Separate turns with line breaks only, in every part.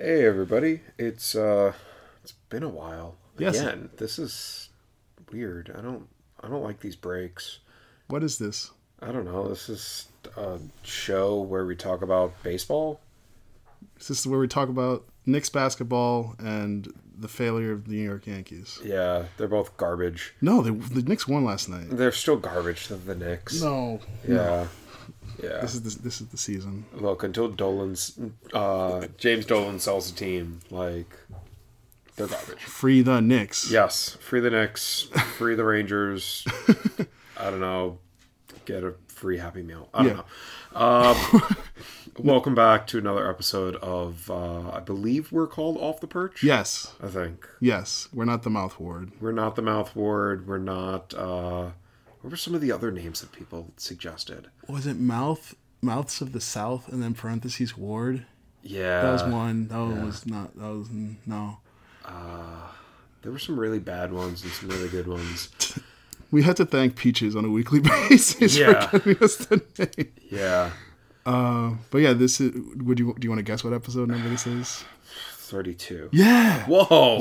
everybody. It's uh, it's been a while.
Yes.
Again, this is weird. I don't I don't like these breaks.
What is this?
I don't know. This is a show where we talk about baseball.
Is this where we talk about Knicks basketball and the failure of the New York Yankees?
Yeah, they're both garbage.
No, they, the Knicks won last night.
They're still garbage to the Knicks.
No,
Yeah. Yeah.
this is the, this is the season.
Look, until Dolan's uh, James Dolan sells a team, like they're garbage.
Free the Knicks.
Yes, free the Knicks, free the Rangers. I don't know. Get a free Happy Meal. I don't
Yeah.
know. Uh, welcome back to another episode of uh, I believe we're called Off the Perch.
Yes,
I think
yes. We're not the mouth ward.
we're not the mouth ward. We're not. Uh, what were some of the other names that people suggested?
Was it mouth mouths of the South and then parentheses ward?
Uh, Yeah,
That was one. That was not. That was no.
there were some really bad ones and some really good ones.
We had to thank Peaches on a weekly basis
Yeah.
for giving us the name.
Yeah,
But yeah, this is. Would you do you want to guess what episode number this is?
thirty-two.
Yeah.
Whoa! wow,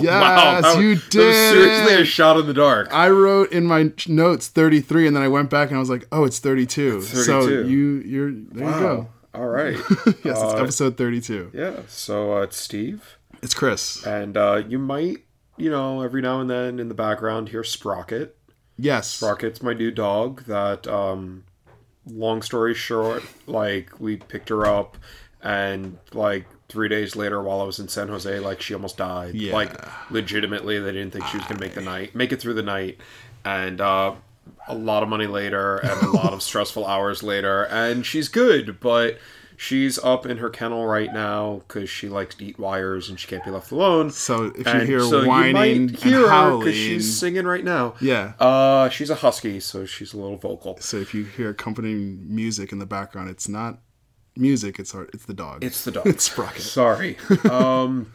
that
Yes,
was- That
you
was
did
seriously
it.
a shot in the dark.
I wrote in my notes 33, and then I went back and I was like, "Oh, it's 32." So
32.
you, you're there. You go.
All right.
Yes, it's
Uh,
episode 32.
yeah. So uh, it's Steve,
It's Chris.
and uh, you might, you know, every now and then in the background hear Sprocket.
Yes,
Sprocket's my new dog. That, um, long story short, like we picked her up, and like three days later, while I was in San Jose, like she almost died.
Yeah.
Like legitimately, they didn't think she was gonna make the night, make it through the night, and. uh a lot of money later and a lot of stressful hours later and she's good but she's up in her kennel right now because she likes to eat wires and she can't be left alone
So if you
And
hear whining and howling-
she's singing right now
Yeah.
uh she's a husky so she's a little vocal
So if you hear accompanying music in the background, it's not music. It's our, it's the dog.
it's the dog
Sprocket.
sorry um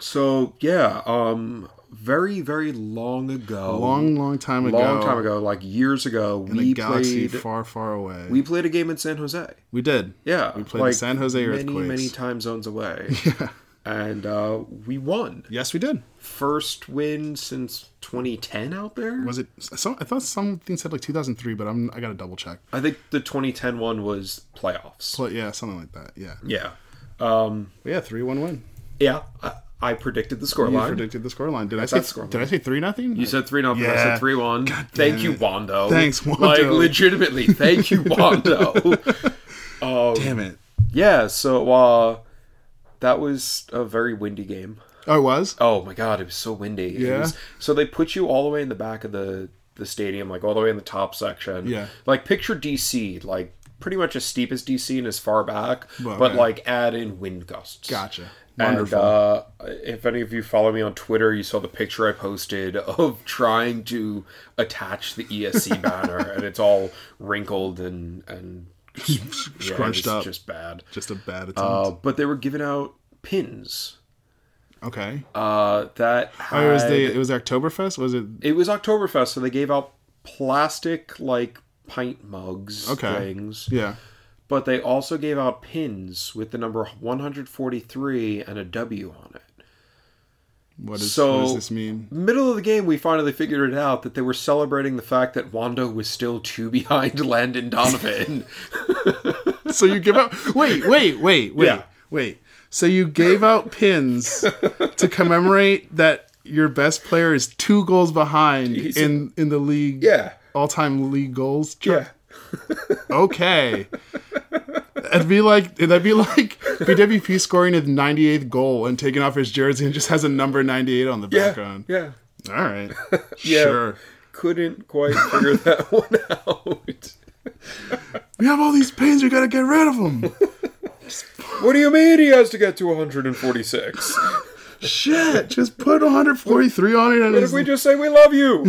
so yeah um very very long ago
Long, long time ago.
long time ago like years ago
In
we
a galaxy
played
far, far away.
we played a game in san jose
we did.
Yeah,
We played the San Jose
Many,
Earthquakes.
many time zones away. Yeah, and uh, we won
Yes, we did.
first win since 2010 out there.
Was it? Some, I thought something said like 2003, but I'm I gotta double check.
I think the 2010 one was playoffs.
But yeah, something like that. Yeah.
yeah,
But yeah, three one win.
yeah. I, I predicted the
You
scoreline.
predicted the scoreline. Did I
that
say?
scoreline.
Did I say three nothing?
you said three nothing. I
Yeah.
said three one. Thank you, Wando.
Thanks, Wando.
Like legitimately, thank you, Wando.
Damn it.
yeah. So uh, that was a very windy game.
Oh, it was?
Oh my god, it was so windy. It
Yeah?
was- so they put you all the way in the back of the the stadium, like all the way in the top section.
Yeah.
Like picture DC, like pretty much as steep as DC and as far back,
Well,
but
okay.
like add in wind gusts.
Gotcha.
And
Wonderful.
uh, if any of you follow me on Twitter, you saw the picture I posted of trying to attach the ESC banner, and it's all wrinkled and and yeah,
Scrunched
it's
up.
just bad.
Just a bad attempt.
Uh, but they were giving out pins
okay.
uh, that
oh, it was
had-
the it was the Oktoberfest. Was it?
it was Oktoberfest, so they gave out plastic like pint mugs
Okay.
things.
Yeah.
But they also gave out pins with the number 143 and a W on it.
What is?
So-
what does this mean?
Middle of the game, we finally figured it out that they were celebrating the fact that Wando was still two behind Landon Donovan.
So you give out? Wait, wait, wait, wait,
Yeah.
wait. So you gave out pins to commemorate that your best player is two goals behind in in the league.
yeah.
All time league goals.
Yeah.
chart? okay. It'd be like that'd be like BWP scoring his 98th goal and taking off his jersey and just has a number 98 on the
Yeah.
background.
Yeah.
All right,
Yeah.
sure.
Couldn't quite figure that one out.
We have all these pins. We gotta get rid of them.
What do you mean he has to get to 146?
Shit, just put 143 on it. And
if we just say we love you?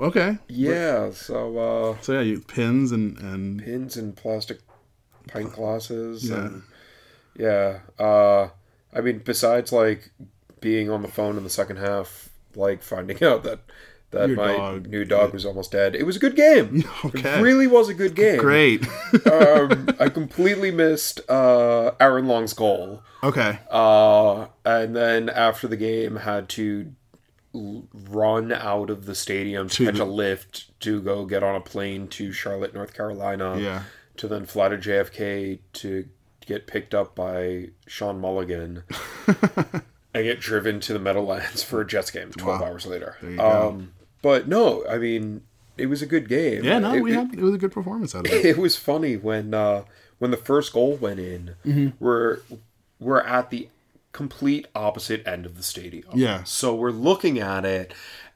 okay,
yeah, so uh
so yeah, you pins and and
pins and plastic pint glasses
Yeah.
and yeah uh i mean besides like being on the phone in the second half like finding out that that
Your
my
dog.
new dog was almost dead. It was a good game.
Okay.
It really was a good game.
Great.
um, I completely missed uh, Aaron Long's goal.
okay.
Uh, and then after the game, had to l- run out of the stadium to, catch a lift to go get on a plane to Charlotte, North Carolina.
Yeah.
To then fly to JFK to get picked up by Sean Mulligan and get driven to the Meadowlands for a Jets game 12 hours later. Um, but no, I mean, it was a good game.
Yeah, no,
It-
we
it-
had it was a good performance out of it.
it was funny when uh when the first goal went in
Mm-hmm.
we're we're at the complete opposite end of the stadium
Yeah.
so we're looking at it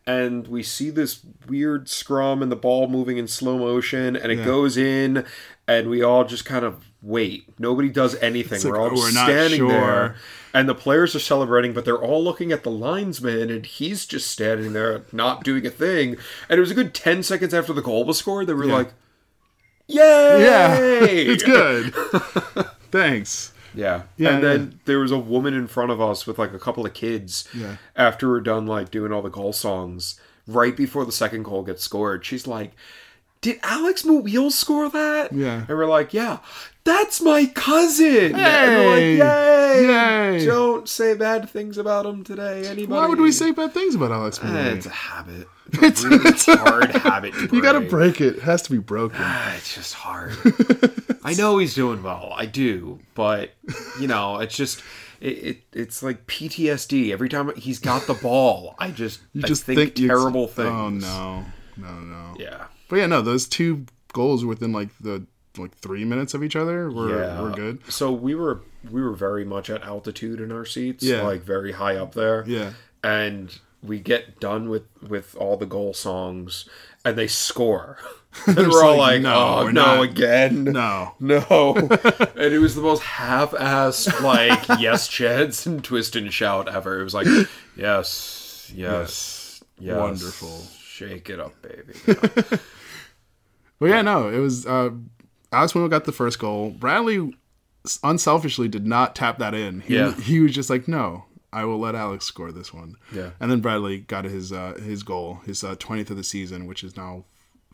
and we see this weird scrum and the ball moving in slow motion and it goes in and we all just kind of wait nobody does anything we're
like,
all
oh,
just
we're not
standing
sure.
there and the players are celebrating but they're all looking at the linesman and he's just standing there not doing a thing and it was a good 10 seconds after the goal was scored they were like Yay!
Yeah. it's good. Thanks.
Yeah.
Yeah,
and then there was a woman in front of us with like a couple of kids
Yeah.
after we're done like doing all the goal songs right before the second goal gets scored. She's like, Did Alex Mouille score that?
Yeah.
And we're like, Yeah, that's my cousin. And
Hey!
we're like, Yay!
Yay!
Don't say bad things about him today, anybody.
Why would we say bad things about Alex
Eh,
Murray?
it's a habit. It's a really hard habit. To break.
You gotta break it. It has to be broken.
Ah, it's just hard. I know he's doing well. I do, but you know, it's just it, it it's like PTSD. Every time he's got the ball, I just
You
I
just
think,
you-
terrible things.
Oh no, no, no.
Yeah.
But yeah, no, those two goals within like the like three minutes of each other were
Yeah.
were good.
So we were we were very much at altitude in our seats,
Yeah.
like very high up there.
Yeah.
And we get done with with all the goal songs and they score. And we're all like,
like, "No,
"Oh,
we're
no
not."
again."
No,
No. and it was the most half assed, like, yes, Chads and twist and shout ever. It was like, yes, yes, yes.
Wonderful.
Shake it up, baby.
but yeah, no, it was. uh Alex Wendell got the first goal. Bradley s- unselfishly did not tap that in. He,
Yeah.
he was just like, no, I will let Alex score this one.
Yeah.
and then Bradley got his uh his goal, his twentieth of the season, which is now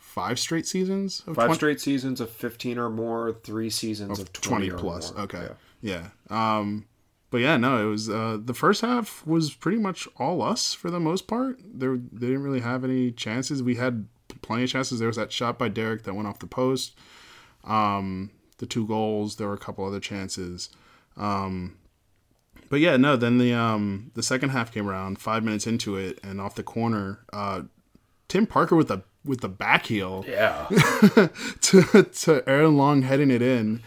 five straight seasons of
Five
20
straight seasons of 15 or more, three seasons of 20,
20
or
plus.
more.
Okay. Yeah. Um but yeah, no, it was uh the first half was pretty much all us for the most part. There they didn't really have any chances. We had plenty of chances. There was that shot by Derek that went off the post. Um the two goals, there were a couple other chances. Um but yeah, no, then the um the second half came around 5 minutes into it and off the corner, uh Tim Parker with the with the back heel
Yeah.
to, to Aaron Long heading it in.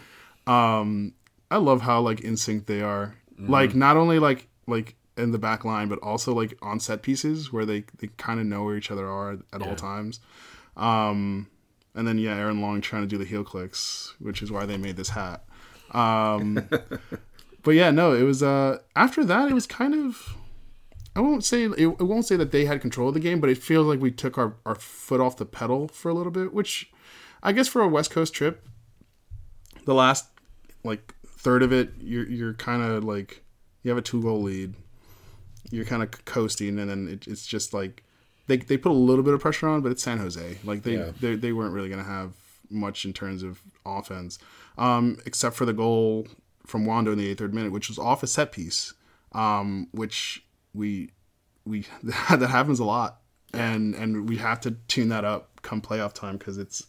Um, I love how like in sync they are. Like not only like like in the back line, but also like on set pieces where they they kind of know where each other are at all times. Um, and then yeah, Aaron Long trying to do the heel clicks, which is why they made this hat. Um, but yeah, no, it was uh after that it was kind of. I won't say it, it won't say that they had control of the game, but it feels like we took our, our foot off the pedal for a little bit, which I guess for a West Coast trip, the last like third of it, you're you're kind of like you have a two goal lead, you're kind of coasting, and then it, it's just like they they put a little bit of pressure on, but it's San Jose. Like they they, they weren't really gonna have much in terms of offense, um, except for the goal from Wando in the eighth third minute, which was off a set piece, um, which we we that happens a lot, and and we have to tune that up come playoff time because it's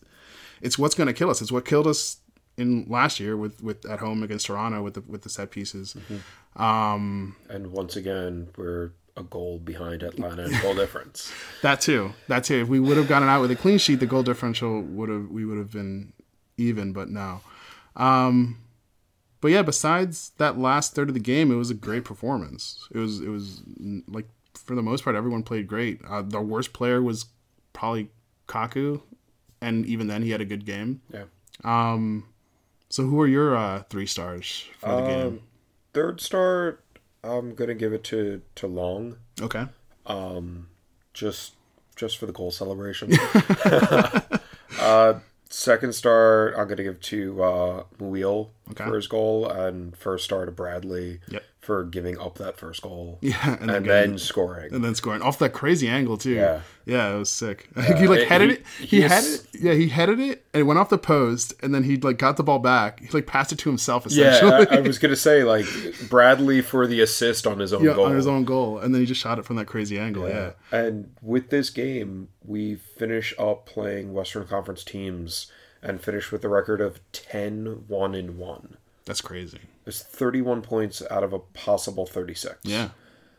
it's what's going to kill us. It's what killed us in last year with, with at home against Toronto with the with the set pieces. Um,
and once again, we're a goal behind Atlanta in goal difference.
that too, that too. If we would have gotten out with a clean sheet, the goal differential would have we would have been even, but no. Um, but yeah, besides that last third of the game, it was a great performance. It was it was mm, like for the most part, everyone played great. Uh, the worst player was probably Kaku, and even then, he had a good game.
Yeah.
So, who are your uh, three stars for the
Um,
game?
Third star, I'm going to give it to, to Long.
Okay.
just just for the goal celebration. uh, second star, I'm gonna give to uh, Muil for his goal, and first star to Bradley
Yep.
for giving up that first goal
Yeah, and,
and, then
then, getting-
scoring.
and then scoring off that crazy angle too.
Yeah.
yeah, it was sick. he like
it-
headed
he-
it. He
he
had
is-
it. Yeah, he headed it and it went off the post, and then he like got the ball back. He like passed it to himself essentially.
yeah, I, I was gonna say like Bradley for the assist on his own
Yeah,
goal.
on his own goal, and then he just shot it from that crazy angle. Yeah,
Yeah. And with this game, we finish up playing Western Conference teams and finish with the record of 10 1 and 1.
that's crazy.
It's 31 points out of a possible 36.
Yeah,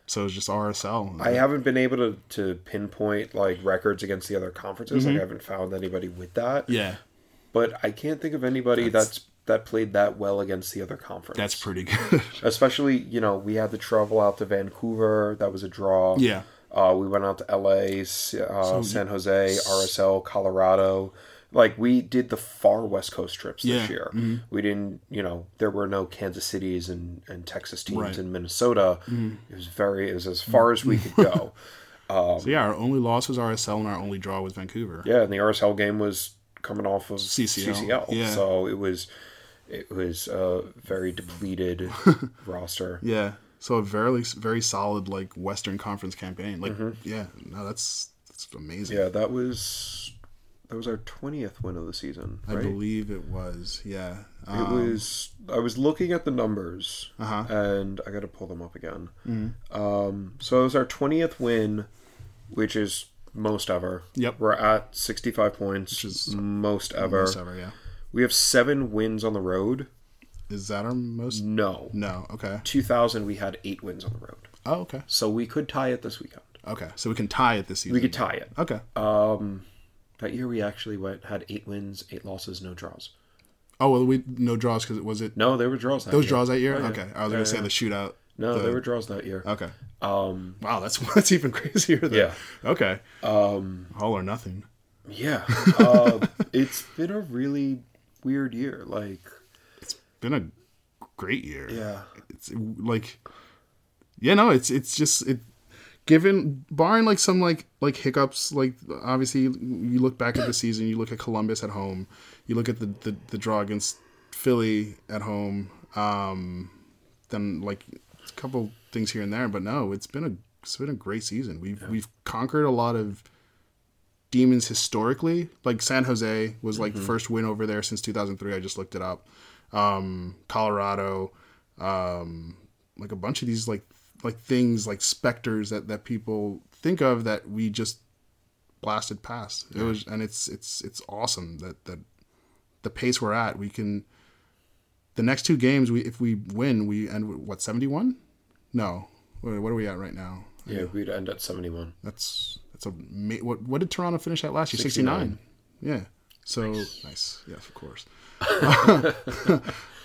so it's just RSL.
I haven't been able to, to pinpoint like records against the other conferences. Like I haven't found anybody with that.
Mm-hmm. yeah,
But I can't think of anybody that's, that played that well against the other conference.
that's pretty good.
Especially, you know, we had to travel out to Vancouver. That was a draw.
yeah,
Uh, we went out to LA, S- uh, San Jose, RSL, Colorado. Like we did the far West Coast trips
Yeah, Mm-hmm.
this year. We didn't, you know, there were no Kansas Cities and, and Texas teams
Right. Mm-hmm.
in Minnesota. It was very, it was as far as we could go.
so yeah, our only loss was RSL, and our only draw was Vancouver.
Um, yeah, and the RSL game was coming off of
CCL,
CCL.
yeah.
So it was, it was a very depleted roster.
Yeah. So a very very solid like Western Conference campaign. Like yeah, no, that's that's amazing.
Mm-hmm. Yeah, that was that was our twentieth win of the season.
I
right?
believe it was. Yeah.
It was. I was looking at the numbers,
Uh-huh. Mm-hmm.
and I got to pull them up again. Um, so it was our twentieth win, which is most ever.
Yep.
we're at sixty-five points, which
is
is most ever.
Most ever, yeah.
We have seven wins on the road.
Is that our most?
No,
No. Okay.
two thousand we had eight wins on the road,
Oh, okay.
so we could tie it this weekend.
Okay. So we can tie it this season.
We could tie it.
okay.
Um, that year we actually went had eight wins, eight losses, no draws.
oh well, we no draws because it was it
No, there were draws. That
those
year.
draws that year.
Oh, yeah.
Okay. I was gonna say the shootout.
No,
the- Uh,
there were draws that year.
Okay.
Um,
Wow, that's that's even crazier. Than,
Yeah.
Okay.
um.
All or nothing.
Yeah, uh, it's been a really weird year. Like,
Been a great year.
yeah,
it's like yeah no it's it's just it given barring like some like like hiccups like obviously you look back at the season you look at columbus at home you look at the the, the draw against philly at home um then like a couple things here and there but no it's been a it's been a great season we've we've conquered a lot of demons historically like san jose was like first win over there since 2003 i just looked it up um colorado um, like a bunch of these like like things like specters that that people think of that we just blasted past. It was and it's it's it's awesome that that the pace we're at we can the next two games we if we win we end with, what seventy one? No, Wait, what are we at right now?
yeah, we'd end at seventy-one.
That's that's a ma- what what did Toronto finish at last year? Sixty nine. Yeah. So nice. Yes, of course.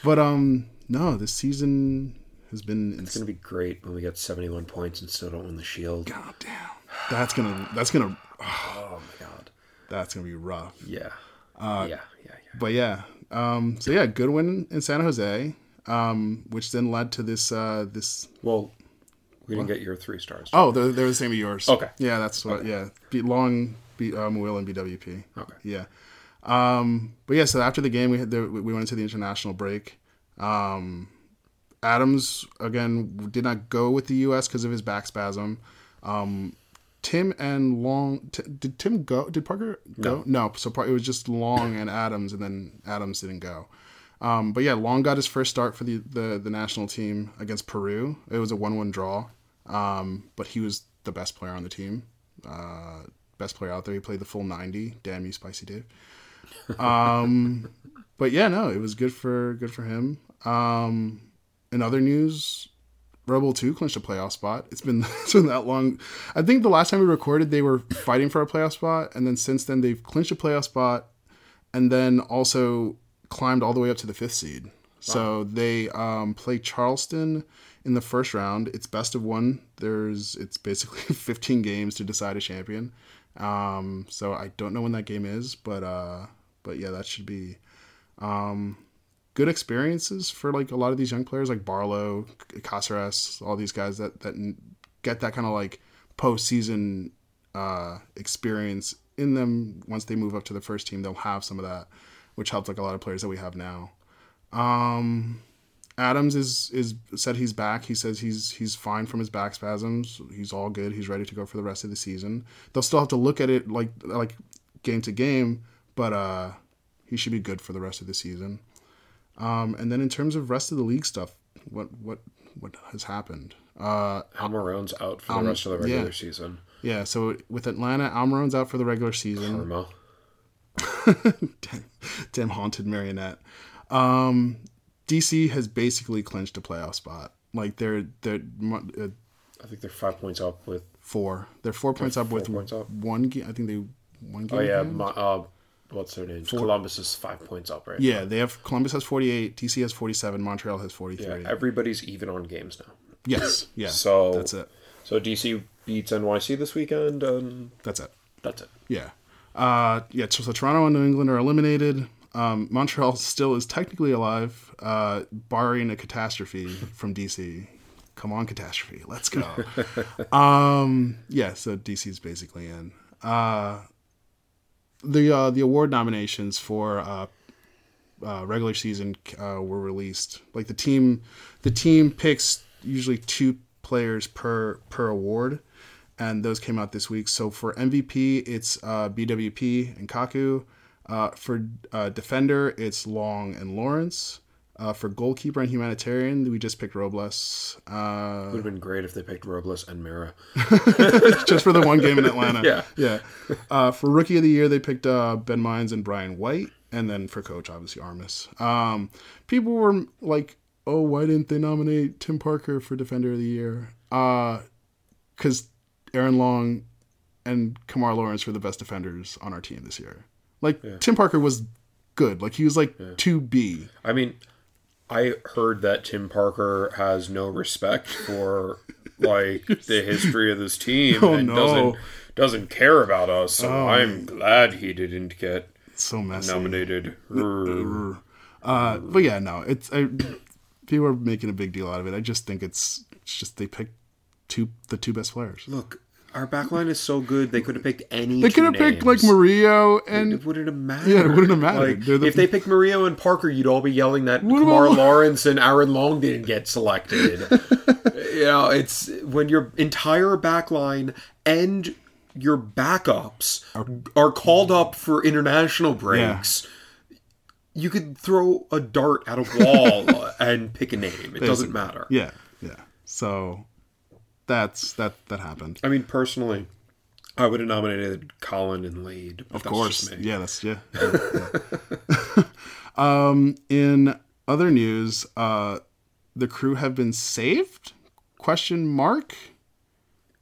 but um no, this season has been insane.
It's gonna be great when we get seventy-one points and still don't win the shield.
God damn. That's gonna that's gonna
Oh my god.
that's gonna be rough.
Yeah. Uh, yeah, yeah, yeah.
But yeah. Um so yeah, good win in San Jose. Um, which then led to this uh this
Well, we didn't get your three stars.
Oh, they're, they're the same as yours.
Okay.
Yeah, that's what. Yeah, be long, be um, Will and BWP.
Okay.
Yeah. Um, but yeah, so after the game, we had the, we went into the international break. Um, Adams again did not go with the U.S. because of his back spasm. Um, Tim and Long t- did Tim go? Did Parker go? No. So Par- it was just Long and Adams, and then Adams didn't go. Um, but yeah, Long got his first start for the, the, the national team against Peru. It was a one-one draw, um, but he was the best player on the team, uh, best player out there. He played the full ninety. Damn you, Spicy Dave. Um, but yeah, no, it was good for good for him. Um, in other news, Rebel Two clinched a playoff spot. It's been it's been that long. I think the last time we recorded, they were fighting for a playoff spot, and then since then they've clinched a playoff spot, and then also climbed all the way up to the fifth seed. So they um, play Charleston in the first round. It's best of one. There's it's basically 15 games to decide a champion. Um, so I don't know when that game is, but uh, but yeah, that should be good experiences for like a lot of these young players like Barlow, C- Caceres, all these guys that that n- get that kind of like postseason uh, experience in them. Once they move up to the first team, they'll have some of that, which helps like a lot of players that we have now. Um, Adams is is said he's back. He says he's he's fine from his back spasms. He's all good. He's ready to go for the rest of the season. They'll still have to look at it like like game to game, but uh, he should be good for the rest of the season. Um, and then in terms of rest of the league stuff, what what what has happened? Uh,
Almiron's out for the rest of the regular season.
Um, yeah, so with Atlanta, Almiron's out for the regular season.
Irma.
damn, damn haunted marionette. Um, DC has basically clinched a playoff spot. Like they're they're mo- uh,
I think they're five points up with.
four. They're four points up with
points up.
one game. I think they one game.
Oh yeah,
ahead.
my, uh, what's their name? Columbus is five points up, right?
Yeah, they have Columbus has forty eight, DC has forty seven, Montreal has forty three.
Everybody's even on games now.
Yes, yeah.
So
that's it.
So DC beats NYC this weekend, and
That's it.
that's it.
Yeah, uh, yeah. So, so Toronto and New England are eliminated. Um, Montreal still is technically alive, uh, barring a catastrophe from DC. Come on, catastrophe. Let's go. um, yeah, so DC's basically in. Uh, the uh, the award nominations for uh, uh, regular season uh, were released. Like the team, the team picks usually two players per per award, and those came out this week. So for MVP, it's uh, BWP and Kaku. Uh, for uh, defender, it's Long and Lawrence. Uh, for goalkeeper and humanitarian, we just picked Robles. Uh,
Would have been great if they picked Robles and Mira.
just for the one game in Atlanta.
Yeah.
yeah. Uh, for rookie of the year, they picked uh, Ben Mines and Brian White, and then for coach, obviously Armis. Um, people were like, "Oh, why didn't they nominate Tim Parker for defender of the year?" Because Aaron Long and Kamar Lawrence were the best defenders on our team this year. Like Tim Parker was good. Like he was like two B.
I mean, I heard that Tim Parker has no respect for like the history of this team
Oh,
and
no. Oh.
doesn't doesn't care about us. So I'm glad he didn't get
So messy.
nominated. Rrr.
Uh, but yeah, no, it's I, people are making a big deal out of it. I just think it's, it's just they picked two the two best players.
Look, our back line is so good they could have picked any.
They could have picked like Mario and
It wouldn't have mattered.
Yeah, it wouldn't have mattered.
Like,
They're the-
if they picked Mario and Parker, you'd all be yelling that
What
Kamar
about-
Lawrence and Aaron Long didn't get selected. you know, it's when your entire back line and your backups are, called up for international breaks. You could throw a dart at a wall and pick a name. It doesn't matter.
yeah, yeah. So that's that that happened.
I mean, personally, I would have nominated Colin and Lade. Of
yeah, that's yeah. yeah. um, in other news, uh, the crew have been saved? Question mark.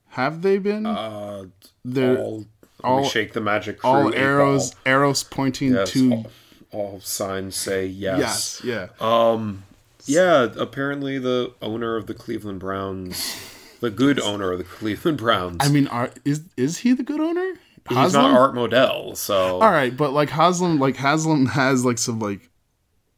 Have they been?
Uh,
They're-
all,
all-
we shake the magic. Crew
all
eight
arrows,
ball.
arrows pointing
Yes,
to
all, all signs say yes.
yes, yeah.
Um. Yeah. Apparently, the owner of the Cleveland Browns, the good owner of the Cleveland Browns,
I mean, are, is is he the good owner?
he's
Haslam?
not Art Modell. So
All right, but like Haslam, like Haslam has like some like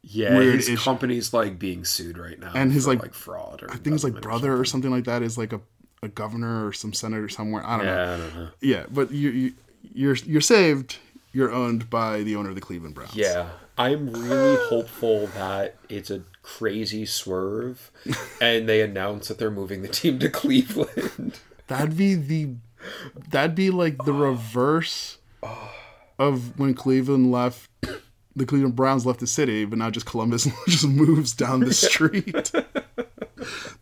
yeah,
weird
his
issue.
company's like being sued right now,
And his,
for,
like,
fraud or
I think it's like brother or something like that is like a, a governor or some senator somewhere. I don't know.
Yeah, I don't know.
Yeah, but you, you you're you're saved. You're owned by the owner of the Cleveland Browns.
Yeah. I'm really hopeful that it's a crazy swerve and they announce that they're moving the team to Cleveland.
that'd be the that'd be like the reverse of when Cleveland left. The Cleveland Browns left the city, but now just Columbus just moves down the street.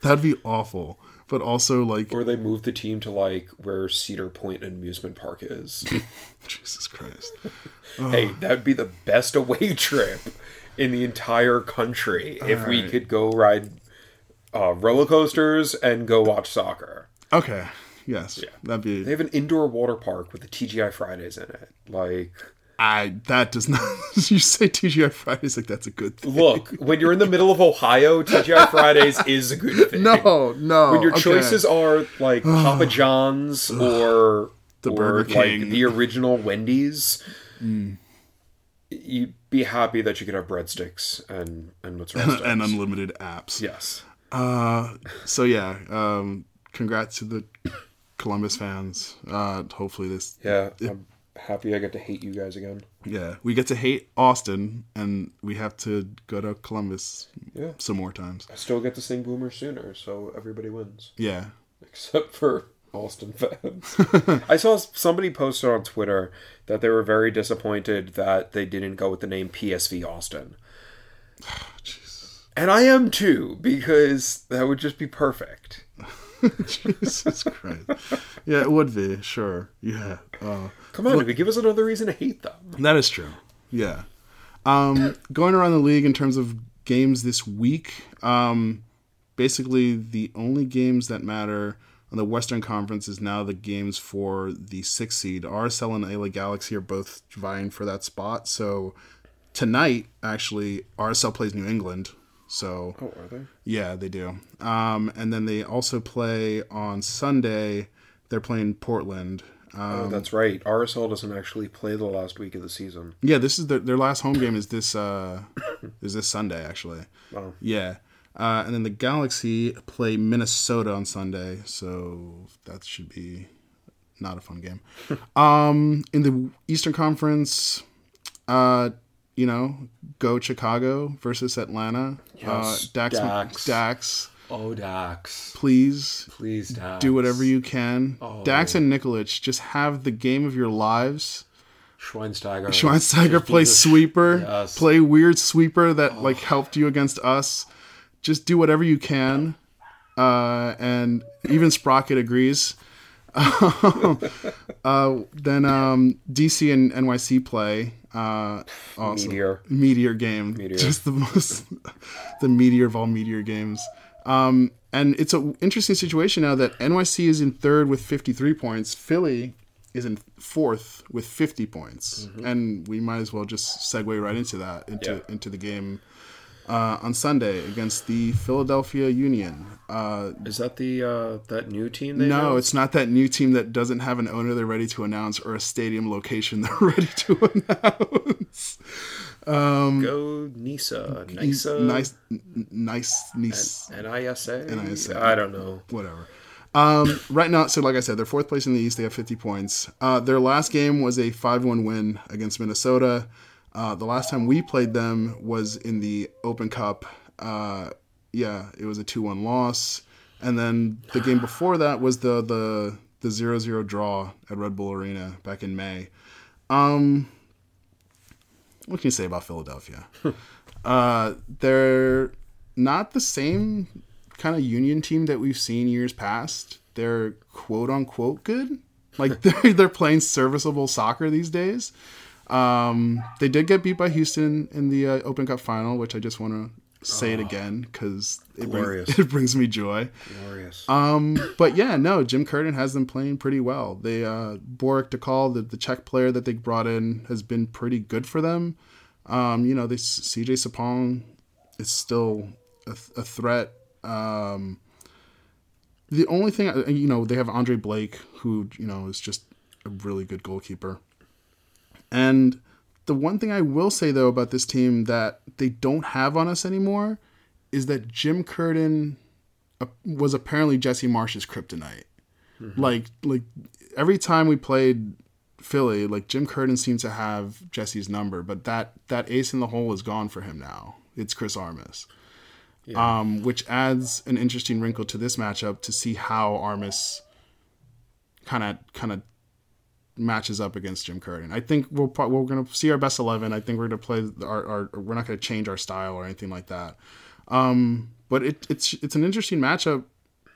that'd be awful. But also like
Or they move the team to like where Cedar Point amusement park is.
Jesus Christ.
hey, that'd be the best away trip in the entire country if we could go ride uh, roller coasters and go watch soccer.
Okay. Yes. That'd
They
be
have an indoor water park with the TGI Fridays in it. Like,
I that does not you say TGI Fridays like that's a good thing.
look, when you're in the middle of Ohio, TGI Fridays is a good thing.
No, no.
when your
Oh, okay.
choices are like Papa John's or the or
Burger King. Hmm.
like the original Wendy's, you'd be happy that you could have breadsticks and and mozzarella sticks.
and unlimited apps.
yes,
So yeah, um congrats to the Columbus fans. Uh hopefully this
yeah. I'm happy I get to hate you guys again.
Yeah, we get to hate Austin, and we have to go to Columbus
Yeah.
some more times.
I still get to sing Boomer Sooner, so everybody wins.
Yeah,
except for Austin fans. I saw somebody posted on Twitter that they were very disappointed that they didn't go with the name PSV Austin. And I am too, because that would just be perfect.
Jesus Christ. Yeah, it would be sure. Yeah, uh,
Come on, give us another reason to hate them.
that is true. Yeah, um, going around the league in terms of games this week. Um, basically, the only games that matter on the Western Conference is now the games for the six seed. RSL and LA Galaxy are both vying for that spot. So tonight, actually, RSL plays New England. So
Oh, are they?
Yeah, they do. Um, and then they also play on Sunday. They're playing Portland. Um,
oh, that's right. RSL doesn't actually play the last week of the season.
yeah, this is their, their last home game. Is this uh, is this Sunday actually?
Wow.
Yeah. Uh, and then the Galaxy play Minnesota on Sunday, so that should be not a fun game. um, in the Eastern Conference, uh, you know, go Chicago versus Atlanta.
Yes,
uh, Dax,
Dax.
Dax.
Oh, Dax.
please
Please, Dax. Oh.
do whatever you can. Dax and Nikolic just have the game of your lives.
Schweinsteiger.
Schweinsteiger play sweeper,
Yes.
play weird sweeper that like helped you against us. Just do whatever you can. Uh, and even Sprocket agrees. uh, then um, DC and NYC play. Uh, also
Meteor.
meteor game just the most the meteor of all meteor games um and it's an interesting situation now that nyc is in third with 53 points philly is in fourth with 50 points and we might as well just segue right into that into
Mm-hmm. Yeah.
into the game uh, on sunday against the philadelphia union uh
Is that the uh, that new team they
no,
announced?
it's not that new team that doesn't have an owner they're ready to announce or a stadium location they're ready to announce.
Go Nisa. Nisa.
nice, n- nice, nice.
NISA?
NISA.
I don't know.
whatever. Um, right now, so like I said, they're fourth place in the East. They have 50 points. Uh, their last game was a 5 1 win against Minnesota. Uh, the last time we played them was in the Open Cup. Uh, yeah, it was a 2 1 loss. And then the game before that was the, the, the 0 0 draw at Red Bull Arena back in May. Um, what can you say about Philadelphia? Uh, they're not the same kind of union team that we've seen years past. They're quote unquote good. Like they're they're playing serviceable soccer these days. Um, they did get beat by Houston in the uh, Open Cup final, which I just want to say it again because it, brings
Glorious.
it brings me joy.
Glorious.
Um, but yeah, no, Jim Curtin has them playing pretty well. They uh, Boric DeCall, the, the Czech player that they brought in, has been pretty good for them. Um, you know, they, CJ Sapong is still a, th- a threat. Um, the only thing, uh, you know, they have Andre Blake, who you know is just a really good goalkeeper. And the one thing I will say though about this team that they don't have on us anymore is that Jim Curtin uh, was apparently Jesse Marsh's kryptonite. Like like every time we played Philly, like Jim Curtin seemed to have Jesse's number, but that that ace in the hole is gone for him now. It's Chris Armis. Um, which adds an interesting wrinkle to this matchup to see how Armis kind of kind of matches up against Jim Curtin. I think we'll pro- we're going to see our best eleven. I think we're going to play our, our we're not going to change our style or anything like that. Um, but it, it's it's an interesting matchup,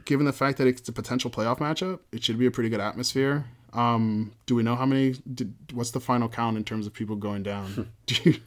given the fact that it's a potential playoff matchup. It should be a pretty good atmosphere. Um, do we know how many? Did, what's the final count in terms of people going
Hmm.
down? Do you-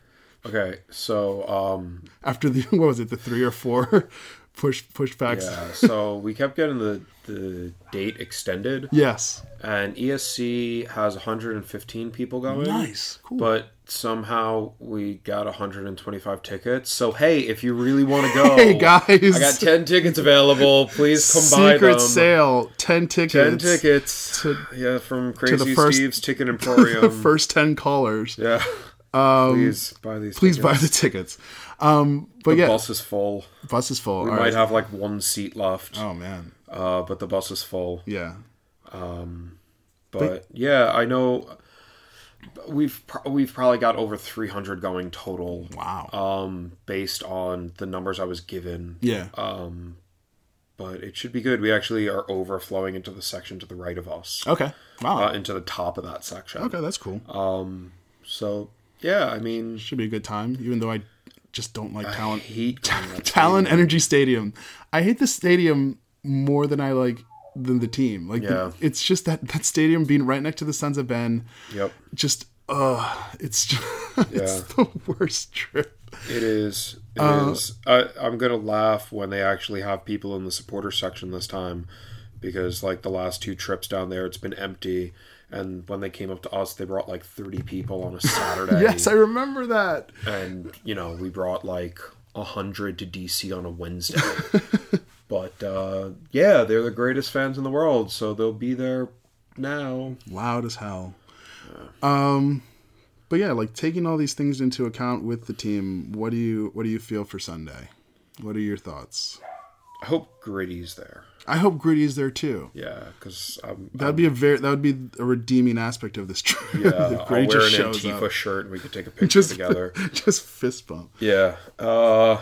okay, so um
After the what was it? The three or four push pushbacks.
yeah, so we kept getting the the date extended
Yes.
and ESC has 115 people going.
Nice. Cool.
But somehow we got 125 tickets. So hey, if you really want to go,
Hey, guys.
I got 10 tickets available. Please come by
Secret
them.
sale. Ten tickets.
10 tickets. yeah, from Crazy
first-
Steve's Ticket
The
Emporium.
first ten callers.
um, yeah. Um, please buy these.
Please
tickets.
buy the tickets. Um, but
The
yeah,
bus is full.
bus is full.
We
All
might
right.
have like one seat left,
Oh man.
uh, but the bus is full.
Yeah.
But yeah, I know. we've pro- we've probably got over 300 going total
Wow.
um based on the numbers i was given
yeah.
uh, but it should be good we actually are overflowing into the section to the right of us
okay. Wow.
uh, into the top of that section
okay, that's cool.
so yeah i mean
Should be a good time, even though I just don't like Talent
heat
Talent Energy Stadium. I hate the stadium more than I like than the team. Like the-
Yeah.
it's just that that stadium being right next to the Sons of Ben.
yep
Just uh it's just, it's the worst trip.
It is. It
Uh,
is. I, I'm gonna laugh when they actually have people in the supporter section this time, because like the last two trips down there, it's been empty. And when they came up to us, they brought like 30 people on a Saturday.
Yes, I remember that.
And you know, we brought like hundred to DC on a Wednesday. but uh, yeah, they're the greatest fans in the world, so they'll be there now.
loud as hell. Um, but yeah, like taking all these things into account with the team, what do you what do you feel for Sunday? What are your thoughts?
I hope Gritty's there.
I hope Gritty is there too.
Yeah, because I'm.
That'd be a very that would be a redeeming aspect of this trip.
yeah,
if
uh, I'll wear
Gritty just
an
shows
Antifa
up,
shirt and we could take a picture
Just-
together.
just fist bump.
Yeah. Uh,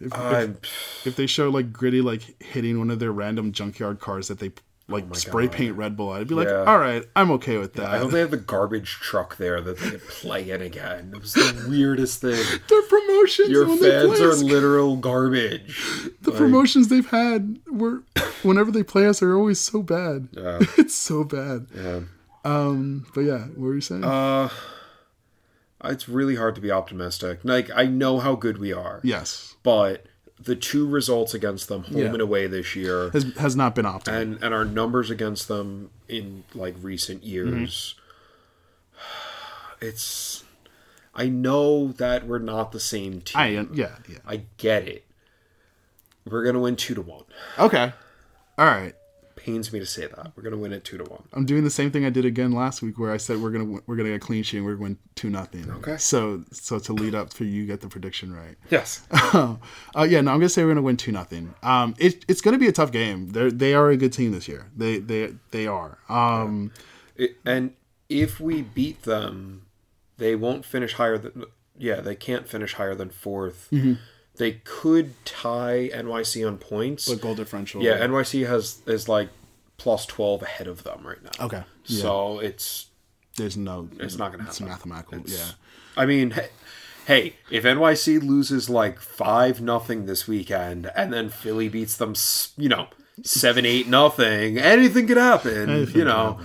If, if,
I'm,
if they show like Gritty like hitting one of their random junkyard cars that they like spray paint Red Bull, at, I'd be like,
Oh Yeah.
all right, I'm okay with
I
that.
hope they have the garbage truck there that they could play in again. It was the weirdest thing.
Their promotions
Your
when they
fans
play
are
us
literal garbage.
the promotions they've had were whenever they play us are always so bad.
Yeah.
it's so bad.
Yeah.
Um, but yeah, what were you saying?
Uh, it's really hard to be optimistic. Like I know how good we are,
yes,
but the two results against them, home
Yeah.
and away this year,
has has not been optimal.
and and our numbers against them in like recent years it's i know that we're not the same team
I yeah yeah
I get it we're gonna win two to one
okay, all right.
pains me to say that we're gonna win it two to one
I'm doing the same thing I did again last week, where I said we're gonna win- we're gonna get a clean sheet and we're going two nothing.
Okay.
So so to lead up to you get the prediction right.
yes
Oh, uh, yeah. No, I'm gonna say we're gonna win two nothing. Um, it, it's gonna be a tough game. They they are a good team this year. They they they are. Um,
and if we beat them they won't finish higher than yeah they can't finish higher than 4th
Mm-hmm.
they could tie nyc on points
but goal differential.
yeah nyc has is like plus 12 ahead of them right now
Okay.
So it's
There's no.
it's not going to
It's
happen.
mathematical. yeah.
I mean, hey, hey, if NYC loses like five nothing this weekend, and then Philly beats them, s- you know, seven eight nothing, anything could happen. you know.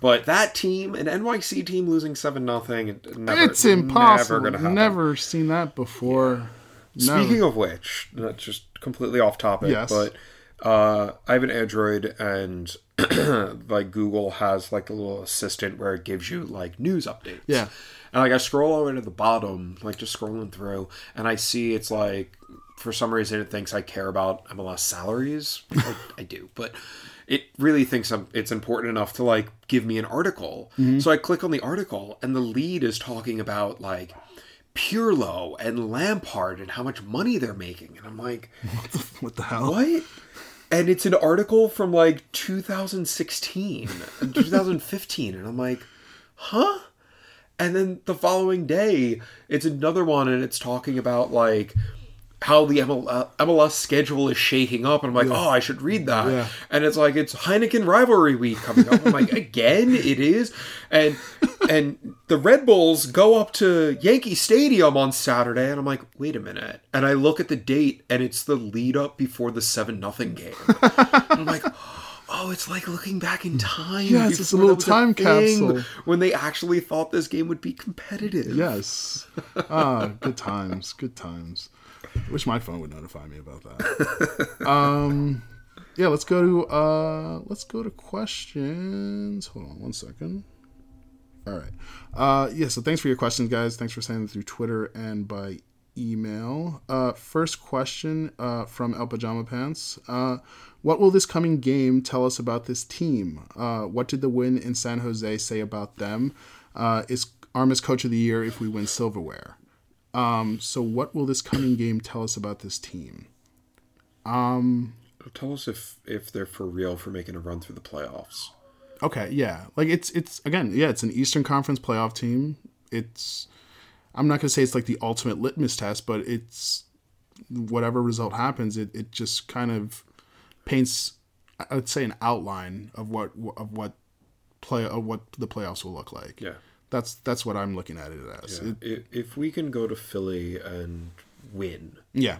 But that team, an NYC team losing seven nothing, never,
It's impossible.
Never
Never,
gonna happen.
seen that before.
Speaking of which, that's just completely off topic,
Yes.
but uh, I have an Android and like Google has like a little assistant where it gives you like news updates.
Yeah.
And like I scroll all the way to the bottom, like just scrolling through, and I see it's like for some reason it thinks I care about MLS salaries. Like, I do, but it really thinks I'm, it's important enough to like give me an article. So I click on the article, and the lead is talking about like Pirlo and Lampard and how much money they're making, and I'm like,
what the hell?
what? And it's an article from like 2016, 2015, and I'm like, huh? And then the following day, it's another one, and it's talking about like how the uh, ML- MLS schedule is shaking up. And I'm like, oh, I should read that.
Yeah.
And it's like it's Heineken rivalry week coming up. I'm like, again, it is. And and the Red Bulls go up to Yankee Stadium on Saturday, and I'm like, wait a minute. And I look at the date, and it's the lead up before the seven nothing game. I'm like. Oh, it's like looking back in time.
Yes, it's a
before
little
that was
time
thing
capsule.
when they actually thought this game would be competitive.
Yes. Ah, good times. Good times. Wish my phone would notify me about that. Um, yeah. Let's go to uh, let's go to questions. Hold on one second. All right. Uh, yeah. So thanks for your questions, guys. Thanks for sending them through Twitter and by email. Uh, first question uh, from El Pajama Pants. Uh, what will this coming game tell us about this team? Uh, what did the win in San Jose say about them? Uh, is Armas coach of the year if we win silverware? Um, so what will this coming game tell us about this team?
Tell us if if they're for real for making a run through the playoffs.
Okay, yeah. Like it's it's again, yeah, it's an Eastern Conference playoff team. It's I'm not gonna say it's like the ultimate litmus test, but it's whatever result happens, it, it just kind of paints I would say an outline of what of what play of what the playoffs will look like.
Yeah.
That's that's what I'm looking at it as.
Yeah.
It-
I- If we can go to Philly and win
yeah.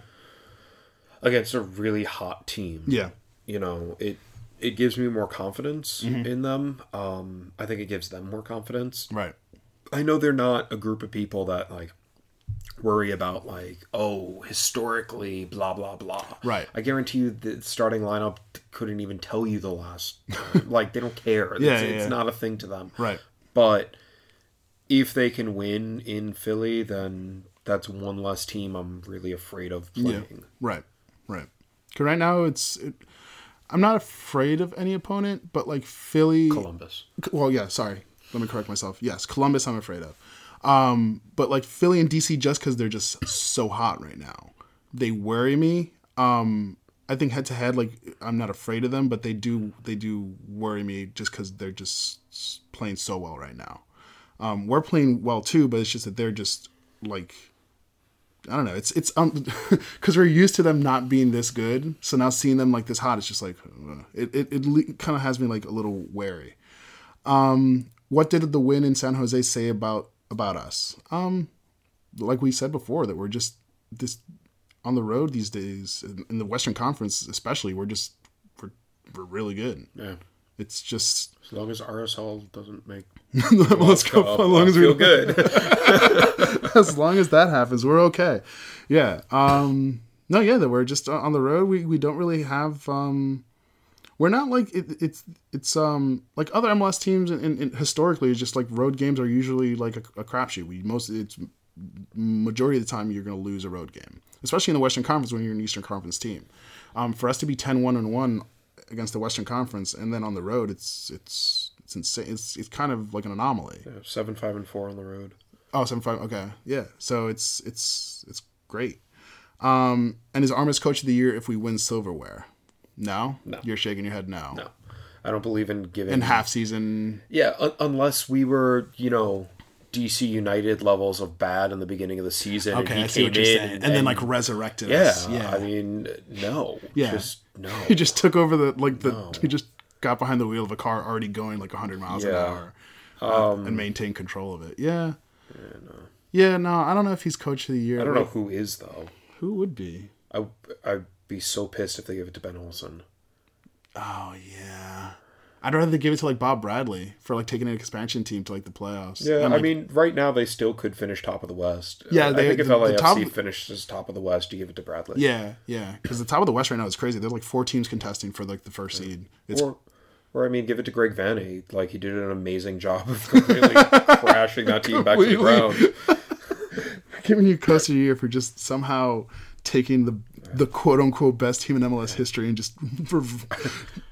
against a really hot team,
Yeah.
you know it it gives me more confidence in them. Um, I think it gives them more confidence.
Right.
I know they're not a group of people that like worry about like oh historically blah blah blah.
Right.
I guarantee you the starting lineup couldn't even tell you the last. Time. like they don't care.
Yeah,
it's,
yeah,
it's
yeah.
not a thing to them.
Right.
But if they can win in Philly, then that's one less team I'm really afraid of
Yeah.
playing.
Right. Right. Cause right now it's it, I'm not afraid of any opponent, but like Philly
Columbus.
well yeah sorry let me correct myself yes columbus i'm afraid of um but like philly and dc just because they're just so hot right now they worry me um i think head to head like i'm not afraid of them but they do they do worry me just because they're just s- playing so well right now um we're playing well too but it's just that they're just like I don't know. It's it's um because we're used to them not being this good, so now seeing them like this hot, it's just like uh, it it, it le- kind of has me like a little wary what did the win in San Jose say about about us? Um, like we said before, that we're just this on the road these days in, in the Western Conference, especially. We're just we're, we're really good.
Yeah.
It's just
As long as RSL doesn't make
let's go as long as we
feel good.
as long as that happens, we're okay. Yeah. Um, no, yeah, that we're just uh, on the road. We we don't really have. Um, we're not like it, it's it's um like other MLS teams and, and, and historically it's just like road games are usually like a, a crapshoot. We most it's majority of the time you're going to lose a road game, especially in the Western Conference when you're an Eastern Conference team. Um, for us to be 10-1 and one against the Western Conference and then on the road, it's it's it's insane. It's it's kind of like an anomaly.
Seven, five, and four on the road.
Oh, 75. Okay. Yeah. So it's it's it's great. Um and is Armas coach of the year if we win silverware? No? No. You're shaking your head no.
No, I don't believe in giving.
In half season
Yeah, un- unless we were, you know, DC United levels of bad in the beginning of the season. and
Okay,
he
I see what
came
you're
in
saying. And, then like resurrected
yeah,
us.
yeah. I
Yeah.
mean, no,
Yeah.
just no.
He just took over the like the he just got behind the wheel of a car already going like 100 miles an
Yeah. Um,
hour uh, and maintained control of it. Yeah. Yeah, no. I don't know if he's coach of the year.
I don't know who is though.
Who would be?
I I'd be so pissed if they give it to Ben Olsen.
Oh yeah. I'd rather they give it to like Bob Bradley for like taking an expansion team to like the playoffs.
Yeah,
And,
I
like,
mean, right now they still could finish top of the West.
Yeah,
I
they-
think if
the- the
LAFC
top-
finishes top of the West, you give it to Bradley.
yeah, yeah. Because the top of the West right now is crazy. There's like four teams contesting for like the first seed. It's
Or, or I mean, give it to Greg Vanny. Like he did an amazing job of completely crashing that team back to the
Completely.
ground.
giving you coach of the year for just somehow taking the the quote unquote best team in MLS history and just for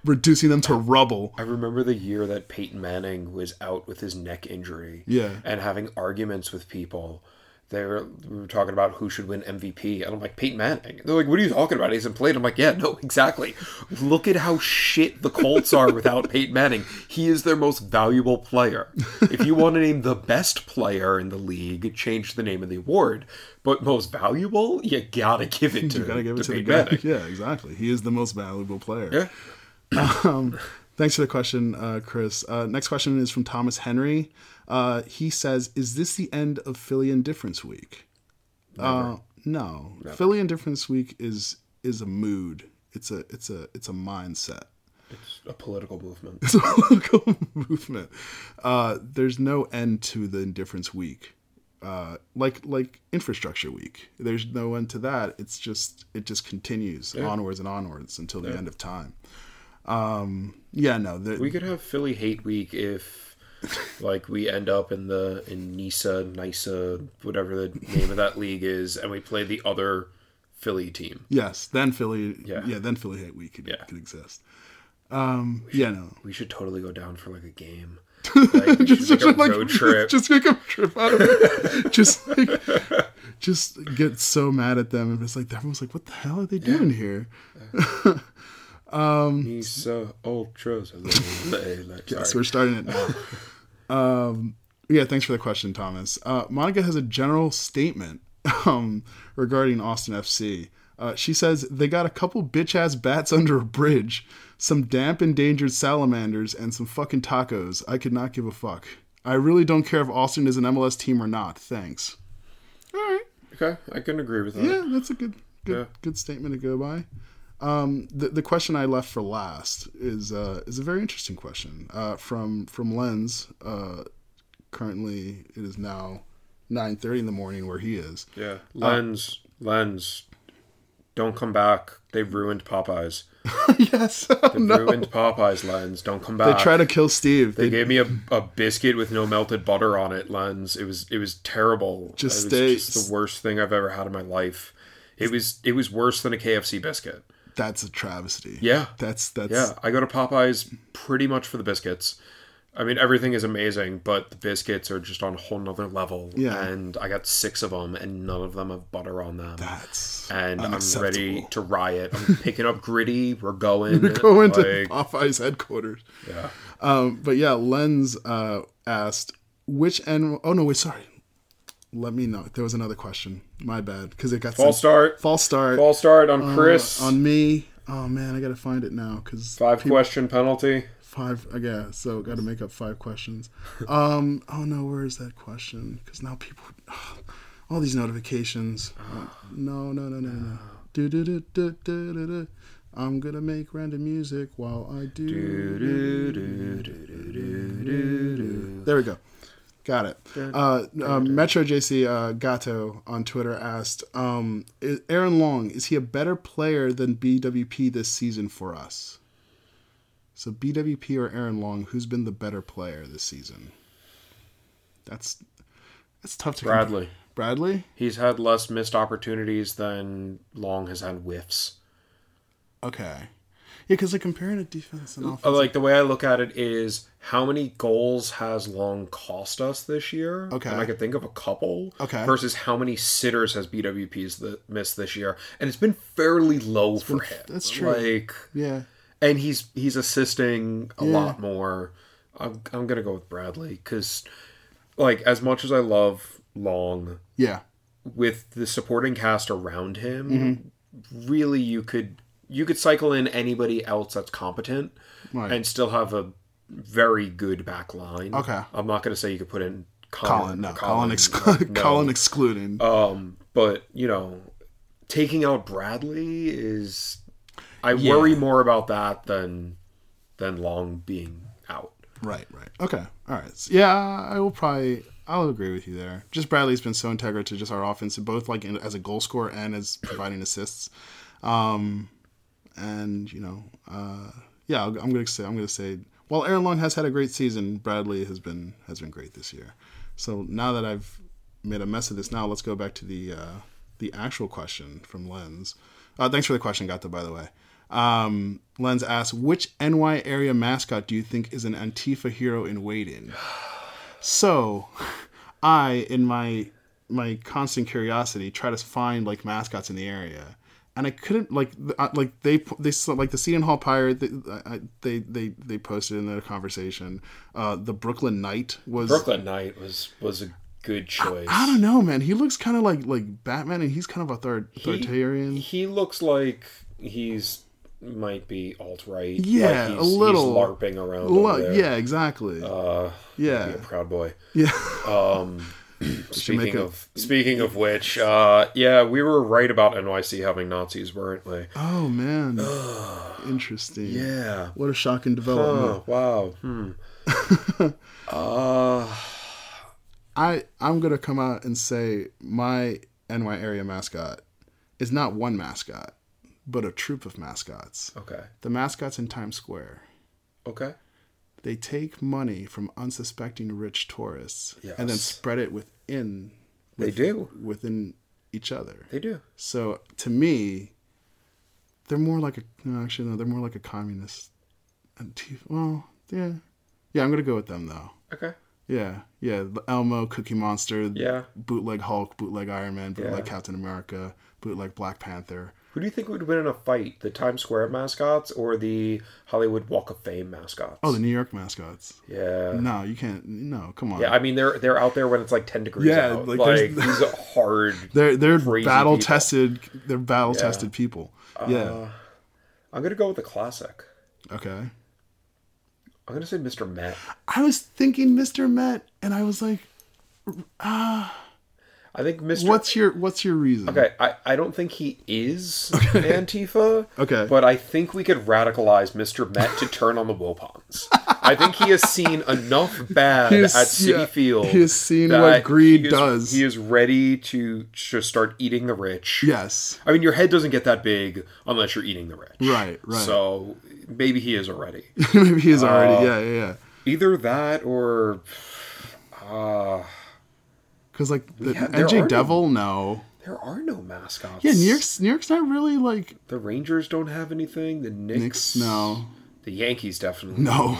reducing them to rubble.
I remember the year that Peyton Manning was out with his neck injury.
Yeah.
And having arguments with people. They were, we were talking about who should win MVP. And I'm like, Peyton Manning. They're like, what are you talking about? He hasn't played. I'm like, yeah, no, exactly. Look at how shit the Colts are without Peyton Manning. He is their most valuable player. If you want to name the best player in the league, change the name of the award. But most valuable, you gotta give it to,
You gotta give it to, the
Peyton
guy.
Manning.
Yeah, exactly. He is the most valuable player.
Yeah.
Um, thanks for the question, uh, Chris. Uh, next question is from Thomas Henry. Uh, he says, "Is this the end of Philly Indifference Week?" Uh, no, Philly Indifference Week is is a mood. It's a it's a it's a mindset.
It's a political movement.
It's a local movement. Uh, there's no end to the Indifference Week. Uh, like like infrastructure week, there's no end to that. It's just it just continues onwards and onwards until the end of time. Um, yeah, no, the,
We could have Philly Hate Week if, like, we end up in the in Nisa, Nisa, whatever the name of that league is, and we play the other Philly team.
Yes, then Philly. Yeah,
Yeah.
then Philly Hate Week could,
Yeah.
could exist. Um, yeah, no.
We should totally go down for like a game. Like, we should make a
like,
road trip.
Just make a trip out of it. just like, just get so mad at them. And it's like everyone's like, "What the hell are they doing here?" Um,
Nisa Ultras.
yes,
Sorry.
we're starting it now. um, yeah, thanks for the question, Thomas. Uh, Monica has a general statement um, regarding Austin FC. Uh, she says they got a couple bitch ass bats under a bridge, some damp endangered salamanders, and some fucking tacos. I could not give a fuck. I really don't care if Austin is an MLS team or not. Thanks. All right.
Okay, I can agree with that.
Yeah, that's a good good,
Yeah.
good statement to go by. Um, the, the question I left for last is uh, is a very interesting question uh, from from Lens. Uh, currently, it is now nine thirty in the morning where he is.
Yeah. Lens, lens. Don't come back. They've ruined Popeyes.
yes,
They've ruined Popeyes, Lens. Don't come
Oh, they
back.
try to kill Steve. They,
Uh, They gave me a, a biscuit with no melted butter on it, Lens. It was it was terrible.
Just
it
stay-
was just the worst thing I've ever had in my life. It was it was worse than a KFC biscuit.
that's a travesty.
Yeah.
that's that's
Yeah, I go to Popeyes pretty much for the biscuits. I mean, everything is amazing, but the biscuits are just on a whole nother level.
Yeah.
And I got six of them, and none of them have butter on them.
that's
and I'm ready
unacceptable.
to riot. I'm picking up Gritty. We're going.
Going to
like,
Popeye's headquarters.
yeah.
Um, but yeah, Lens uh, asked which N. Oh no, wait, sorry. Let me know. There was another question. My bad, because it got
False
sent-
start.
False start.
False start on Chris.
Uh, on me. Oh man, I gotta find it now because
Five question penalty.
five. I yeah, so gotta make up five questions. Um. Oh no, where is that question? Because now people, all these notifications. no, no, no, no, no, no. Do do do do do do do. I'm gonna make random music while I do. There we go. Got it. Uh, uh, Metro JC uh, Gato on Twitter asked, um, "Is- Aaron Long, is he a better player than BWP this season for us? So BWP or Aaron Long, who's been the better player this season? That's that's tough to comp-
Bradley.
Bradley?
He's had less missed opportunities than Long has had whiffs.
Okay. Yeah, because like comparing a defense and offense.
Uh, Like the way I look at it is how many goals has Long cost us this year?
Okay.
And I could think of a couple.
Okay.
Versus how many sitters has BWP's the, missed this year? And it's been fairly low for him.
that's true.
Like
yeah.
and he's he's assisting a
Yeah.
lot more. I'm I'm gonna go with Bradley because, like, as much as I love Long,
Yeah.
with the supporting cast around him,
Mm-hmm.
really you could you could cycle in anybody else that's competent
Right.
and still have a very good back line.
Okay.
I'm not gonna say you could put in Colin.
Colin, no.
or
Colin,
like,
exclu-
no.
Colin excluding.
Um, but you know, taking out Bradley is I worry more about that than than Long being out.
Right, right. Okay. All right. So, yeah, I will probably I'll agree with you there. Just Bradley's been so integral to just our offense, both like in, as a goal scorer and as providing assists. Um, and you know, uh, yeah, I'll, I'm gonna say I'm gonna say while Aaron Long has had a great season, Bradley has been has been great this year. So now that I've made a mess of this, now let's go back to the uh, the actual question from Lens. Uh, thanks for the question, Gata, by the way. Um, Lens asks, which NY area mascot do you think is an Antifa hero in waiting? So, I, in my my constant curiosity, try to find like mascots in the area, and I couldn't like th- uh, like they p- they s- like the Seton Hall Pirate they I- they they, they posted in their conversation. Uh, the Brooklyn Knight was
Brooklyn Knight was was a good choice.
I don't know, man. He looks kind of like like Batman, and he's kind of author- authoritarian.
He, he looks like he's might be alt right.
Yeah,
like
a little.
He's larping around.
Look,
over there.
yeah, exactly.
Uh, be a
yeah,
proud boy.
yeah.
Um,
make
speaking
a-
of speaking of which, uh, yeah, we were right about NYC having Nazis, weren't we?
Oh man, interesting.
Yeah.
What a shocking development.
Oh wow. Hmm. uh,
I I'm gonna come out and say my NY area mascot is not one mascot, but a troop of mascots.
okay.
The mascots in Times Square.
Okay.
They take money from unsuspecting rich tourists and then
Yes.
spread it within
They do.
within each other.
They do.
So to me, they're more like a no, actually no, they're more like a communist. Antifa. Well, yeah, yeah, I'm gonna go with them though.
Okay.
Yeah, yeah, the Elmo, Cookie Monster,
Yeah.
bootleg Hulk, bootleg Iron Man, bootleg
Yeah.
Captain America, bootleg Black Panther.
Who do you think would win in a fight? The Times Square mascots or the Hollywood Walk of Fame mascots?
Oh, the New York mascots.
yeah.
No, you can't. No, come on.
Yeah, I mean they're they're out there when it's like ten degrees
Yeah,
out.
like,
Like,
there's-
these are hard.
they're they're
Crazy
battle tested. They're battle tested people. yeah.
Uh, I'm gonna go with the classic.
Okay.
I'm gonna say Mr. Met.
I was thinking Mr. Met, and I was like,
I think Mr.
"What's your what's your reason?"
Okay, I, I don't think he is Antifa.
Okay.
But I think we could radicalize Mr. Met to turn on the Wilpons. I think he has seen enough bad
He has-
at City
yeah,
Field.
he has seen
that
what greed
he is-
does.
He is ready to just start eating the rich.
Yes.
I mean, your head doesn't get that big unless you're eating the rich.
Right. Right.
So maybe he is already.
Maybe he's
Uh,
already. yeah. Yeah. Yeah.
Either that or. Uh,
Because like the
Yeah, there are
NJ
no-
Devil, no.
there are no mascots.
Yeah, New York's New York's not really like
The Rangers don't have anything. The Knicks.
Knicks. No.
The Yankees definitely.
No.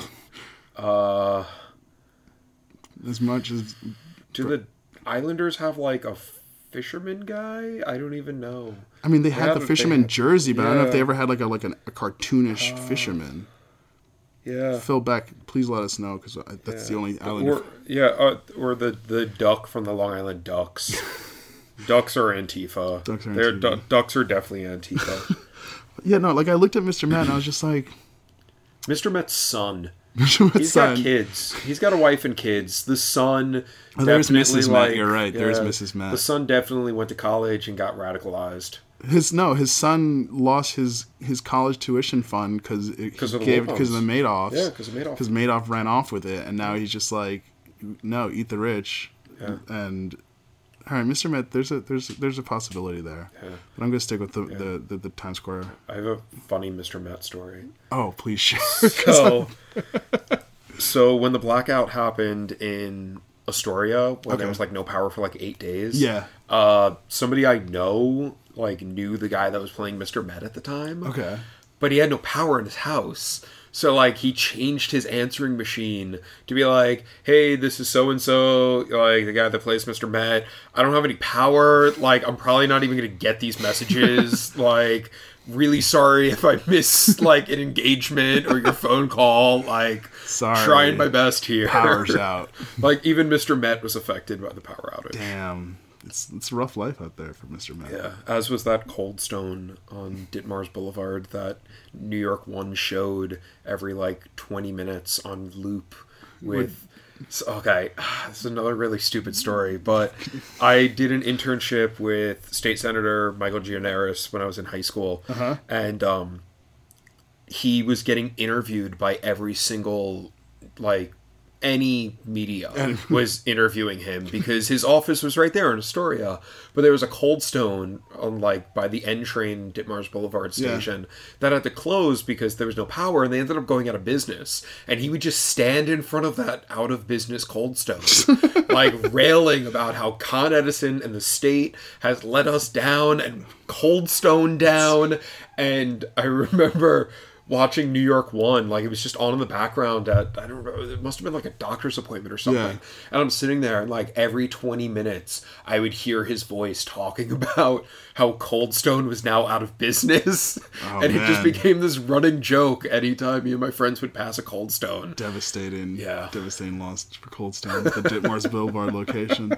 Uh,
As much as
do the Islanders have like a fisherman guy? I don't even know.
I mean, they
Yeah,
had the
but
fisherman
they-
jersey, but I don't know if
yeah. Uh,
they ever had like a like an, a cartoonish fisherman.
Yeah.
Phil Beck, please let us know because that's the only Islander.
Or yeah, uh, or the the duck from the Long Island Ducks. ducks are Antifa.
Ducks are
They're
Antifa.
du- ducks are definitely Antifa.
yeah, no, like I looked at Mr. Matt and I was just like,
Mr. Met's son.
Mr. Matt's
He's
son.
got kids. He's got a wife and kids. The son.
Oh, there's
definitely,
Mrs. Matt.
like-
You're right. There's Mrs. Matt.
The son definitely went to college and got radicalized.
His no, his son lost his his college tuition fund because it
'Cause of the
gave
Wilpons.
because of the Madoffs.
Yeah, 'cause of Madoff.
Because Madoff ran off with it, and now he's just like, no, eat the rich.
Yeah.
And all right, Mr. Met, there's a there's there's a possibility there, but I'm gonna stick with the, the, the the Times Square.
I have a funny Mr. Met story.
Oh, please share.
So, so when the blackout happened in Astoria, when
Okay.
there was like no power for like eight days,
Yeah.
uh, somebody I know like knew the guy that was playing Mr. Met at the time.
okay.
but he had no power in his house. So like he changed his answering machine to be like, "Hey, this is so and so, like the guy that plays Mr. Met. I don't have any power. Like I'm probably not even going to get these messages. like really sorry if I miss like an engagement or your phone call. Like
Sorry.
trying my best here.
Power's out.
like even Mr. Met was affected by the power outage.
Damn, it's it's a rough life out there for Mr. Met.
Yeah, as was that cold stone on Ditmars Boulevard that New York One showed every like 20 minutes on loop with. so- Okay, this is another really stupid story, but I did an internship with State Senator Michael Gianaris when I was in high school, and um, he was getting interviewed by every single like any media was interviewing him because his office was right there in Astoria. But there was a cold stone on like by the N train Ditmars Boulevard station that had to close because there was no power and they ended up going out of business. And he would just stand in front of that out of business cold stone, like railing about how Con Edison and the state has let us down and cold stone down. And I remember watching New York One. Like it was just on in the background at I don't know. It must have been like a doctor's appointment or something.
Yeah.
And I'm sitting there, and like every 20 minutes, I would hear his voice talking about how Cold Stone was now out of business,
Oh,
and it
man.
just became this running joke. Anytime me and my friends would pass a Cold Stone.
Devastating,
Yeah.
devastating loss for Cold Stone, the Ditmars Boulevard location.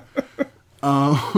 Um,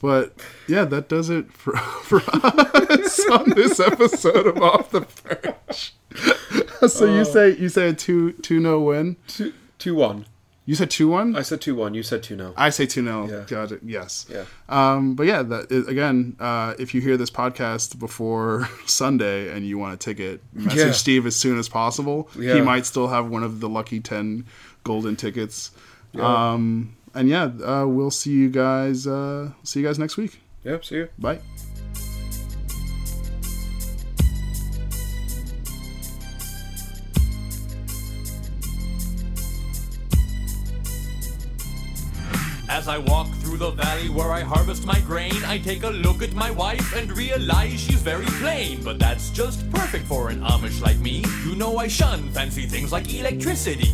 but yeah, that does it for, for us on this episode of Off the Perch. so
Oh.
you say you say a two two no win.
Two, two one.
You said two one.
I said two one. You said two no.
I say two no.
Yeah.
Got it. Yes.
Yeah.
Um, but yeah, that is, again, uh, if you hear this podcast before Sunday and you want a ticket, message
Yeah.
Steve as soon as possible. He
Yeah.
might still have one of the lucky ten golden tickets. Um, and yeah, uh, we'll see you guys. Uh, see you guys next week.
Yeah. See you.
Bye.
As I walk through the valley where I harvest my grain, I take a look at my wife and realize she's very plain. But that's just perfect for an Amish like me. You know I shun fancy things like electricity.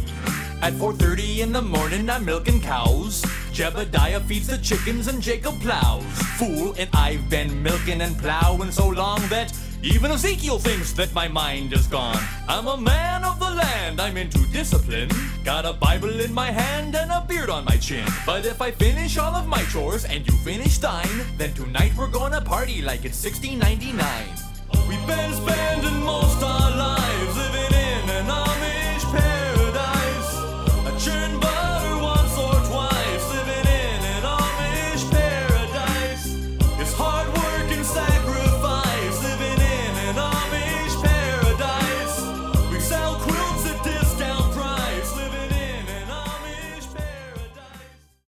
At 4:30 in the morning, I'm milking cows. Jebediah feeds the chickens and Jacob plows. Fool, and I've been milking and plowing so long that even Ezekiel thinks that my mind is gone. I'm a man of the land, I'm into discipline. Got a Bible in my hand and a beard on my chin. But if I finish all of my chores and you finish thine, then tonight we're gonna party like it's 1699. We've been spending most our lives